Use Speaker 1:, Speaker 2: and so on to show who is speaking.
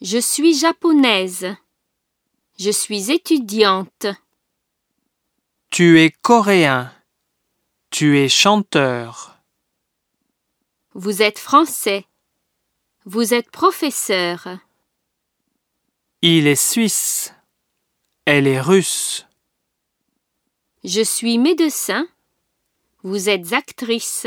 Speaker 1: Je suis japonaise. Je suis étudiante.
Speaker 2: Tu es coréen. Tu es chanteur.
Speaker 1: Vous êtes français. Vous êtes professeur.
Speaker 2: Il est suisse. Elle est russe.
Speaker 1: Je suis médecin. Vous êtes actrice.